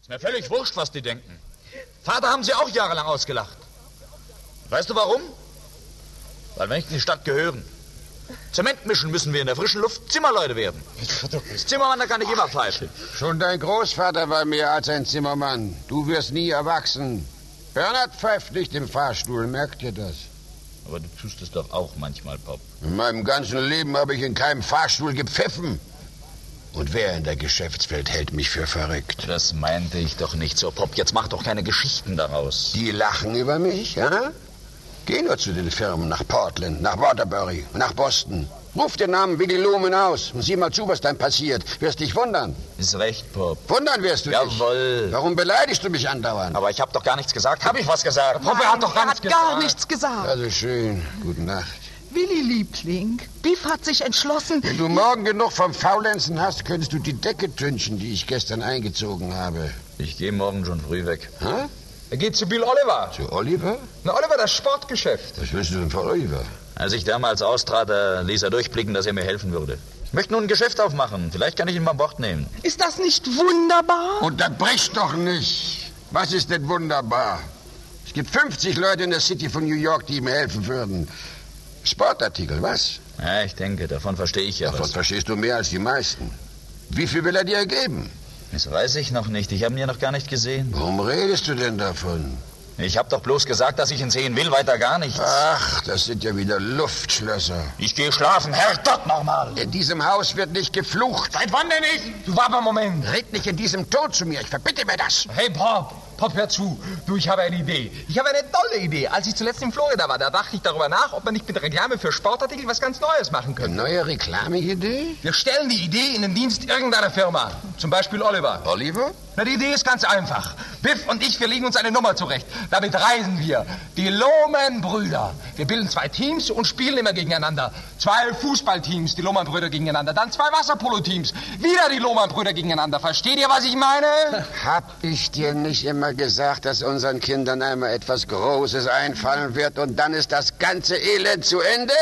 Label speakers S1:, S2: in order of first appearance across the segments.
S1: Ist mir völlig wurscht, was die denken. Vater haben sie auch jahrelang ausgelacht. Weißt du warum? Weil wir nicht in die Stadt gehören. Zement mischen müssen wir in der frischen Luft Zimmerleute werden. Als Zimmermann, da kann ich immer pfeifen.
S2: Schon dein Großvater war mehr als ein Zimmermann. Du wirst nie erwachsen. Bernhard pfeift nicht im Fahrstuhl, merkt ihr das?
S1: Aber du tust es doch auch manchmal, Pop.
S2: In meinem ganzen Leben habe ich in keinem Fahrstuhl gepfiffen. Und wer in der Geschäftswelt hält mich für verrückt?
S1: Das meinte ich doch nicht so, Pop. Jetzt mach doch keine Geschichten daraus.
S2: Die lachen über mich, ja? Geh nur zu den Firmen nach Portland, nach Waterbury, nach Boston. Ruf den Namen Willi Lumen aus und sieh mal zu, was dann passiert. Wirst dich wundern.
S1: Ist recht, Pop.
S2: Wundern wirst du dich.
S1: Jawohl.
S2: Warum beleidigst du mich andauernd?
S1: Aber ich habe doch gar nichts gesagt. Hab ich was gesagt? Pop, er hat doch gar
S3: er
S1: nichts
S3: hat
S1: gesagt.
S3: gar nichts gesagt.
S2: Also schön. Gute Nacht.
S3: Willi Liebling, Biff hat sich entschlossen.
S2: Wenn du morgen genug vom Faulenzen hast, könntest du die Decke tünchen, die ich gestern eingezogen habe.
S1: Ich gehe morgen schon früh weg.
S2: Hä?
S4: Er geht zu Bill Oliver.
S2: Zu Oliver?
S4: Na, Oliver, das Sportgeschäft.
S2: Was willst du denn von Oliver?
S1: Als ich damals austrat, da ließ er durchblicken, dass er mir helfen würde. Ich möchte nun ein Geschäft aufmachen. Vielleicht kann ich ihn beim Bord nehmen.
S3: Ist das nicht wunderbar?
S2: Unterbrich doch nicht. Was ist denn wunderbar? Es gibt 50 Leute in der City von New York, die ihm helfen würden. Sportartikel, was?
S1: Ja, ich denke, davon verstehe ich ja
S2: Davon
S1: was.
S2: verstehst du mehr als die meisten. Wie viel will er dir geben?
S1: Das weiß ich noch nicht. Ich habe ihn ja noch gar nicht gesehen.
S2: Warum redest du denn davon?
S1: Ich habe doch bloß gesagt, dass ich ihn sehen will, weiter gar nichts.
S2: Ach, das sind ja wieder Luftschlösser.
S1: Ich gehe schlafen, Herrgott nochmal.
S2: In diesem Haus wird nicht geflucht.
S4: Seit wann denn ich? Du war aber Moment.
S2: Red nicht in diesem Ton zu mir. Ich verbitte mir das.
S4: Hey, Pop. Pop, hör zu. Du, ich habe eine Idee. Ich habe eine tolle Idee. Als ich zuletzt in Florida war, da dachte ich darüber nach, ob man nicht mit Reklame für Sportartikel was ganz Neues machen könnte.
S2: Neue Reklameidee?
S4: Wir stellen die Idee in den Dienst irgendeiner Firma. Zum Beispiel Oliver.
S2: Oliver?
S4: Na, die Idee ist ganz einfach. Biff und ich, wir legen uns eine Nummer zurecht. Damit reisen wir. Die Lohmann-Brüder. Wir bilden zwei Teams und spielen immer gegeneinander. Zwei Fußballteams, die Lohmann-Brüder gegeneinander. Dann zwei Wasserpolo-Teams. Wieder die Lohmann-Brüder gegeneinander. Versteht ihr, was ich meine?
S2: Hab ich dir nicht immer gesagt, dass unseren Kindern einmal etwas Großes einfallen wird und dann ist das ganze Elend zu Ende?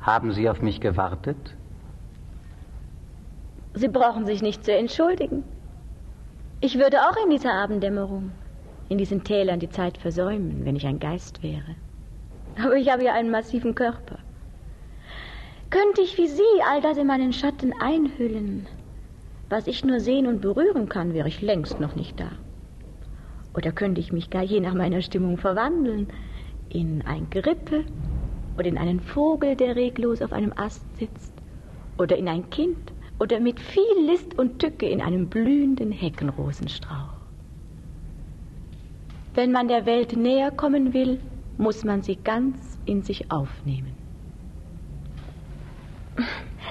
S5: Haben Sie auf mich gewartet?
S6: Sie brauchen sich nicht zu entschuldigen. Ich würde auch in dieser Abenddämmerung, in diesen Tälern die Zeit versäumen, wenn ich ein Geist wäre. Aber ich habe ja einen massiven Körper. Könnte ich wie Sie all das in meinen Schatten einhüllen, was ich nur sehen und berühren kann, wäre ich längst noch nicht da. Oder könnte ich mich gar je nach meiner Stimmung verwandeln in ein Gerippe oder in einen Vogel, der reglos auf einem Ast sitzt oder in ein Kind oder mit viel List und Tücke in einem blühenden Heckenrosenstrauch. Wenn man der Welt näher kommen will, muss man sie ganz in sich aufnehmen.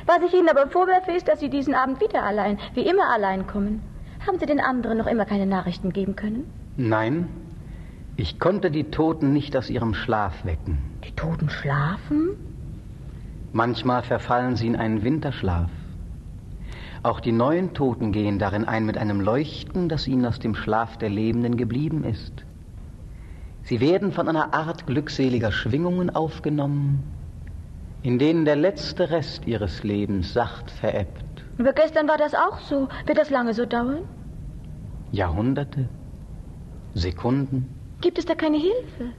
S6: Was ich Ihnen aber vorwerfe, ist, dass Sie diesen Abend wieder allein, wie immer allein kommen. Haben Sie den anderen noch immer keine Nachrichten geben können?
S5: Nein. Ich konnte die Toten nicht aus ihrem Schlaf wecken.
S6: Die Toten schlafen?
S5: Manchmal verfallen sie in einen Winterschlaf. Auch die neuen Toten gehen darin ein mit einem Leuchten, das ihnen aus dem Schlaf der Lebenden geblieben ist. Sie werden von einer Art glückseliger Schwingungen aufgenommen, in denen der letzte Rest ihres Lebens sacht verebbt.
S6: Aber gestern war das auch so. Wird das lange so dauern?
S5: Jahrhunderte, Sekunden.
S6: Gibt es da keine Hilfe?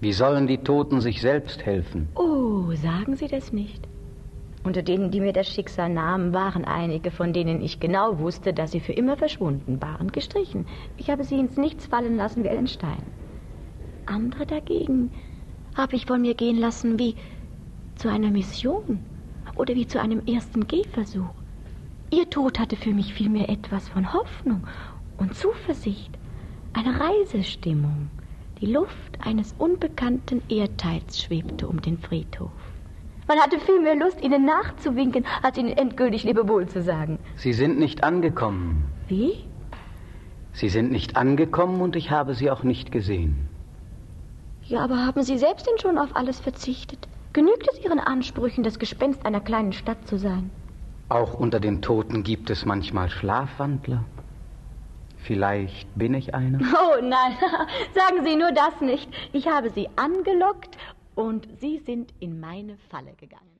S5: Wie sollen die Toten sich selbst helfen?
S6: Oh, sagen Sie das nicht. Unter denen, die mir das Schicksal nahmen, waren einige, von denen ich genau wusste, dass sie für immer verschwunden waren, gestrichen. Ich habe sie ins Nichts fallen lassen wie einen Stein. Andere dagegen habe ich von mir gehen lassen wie zu einer Mission oder wie zu einem ersten Gehversuch. Ihr Tod hatte für mich vielmehr etwas von Hoffnung und Zuversicht, eine Reisestimmung. Die Luft eines unbekannten Erdteils schwebte um den Friedhof. Man hatte viel mehr Lust, ihnen nachzuwinken, als ihnen endgültig Lebewohl zu sagen.
S5: Sie sind nicht angekommen.
S6: Wie?
S5: Sie sind nicht angekommen und ich habe sie auch nicht gesehen.
S6: Ja, aber haben Sie selbst denn schon auf alles verzichtet? Genügt es Ihren Ansprüchen, das Gespenst einer kleinen Stadt zu sein?
S5: Auch unter den Toten gibt es manchmal Schlafwandler. Vielleicht bin ich einer.
S6: Oh nein, sagen Sie nur das nicht. Ich habe Sie angelockt und Sie sind in meine Falle gegangen.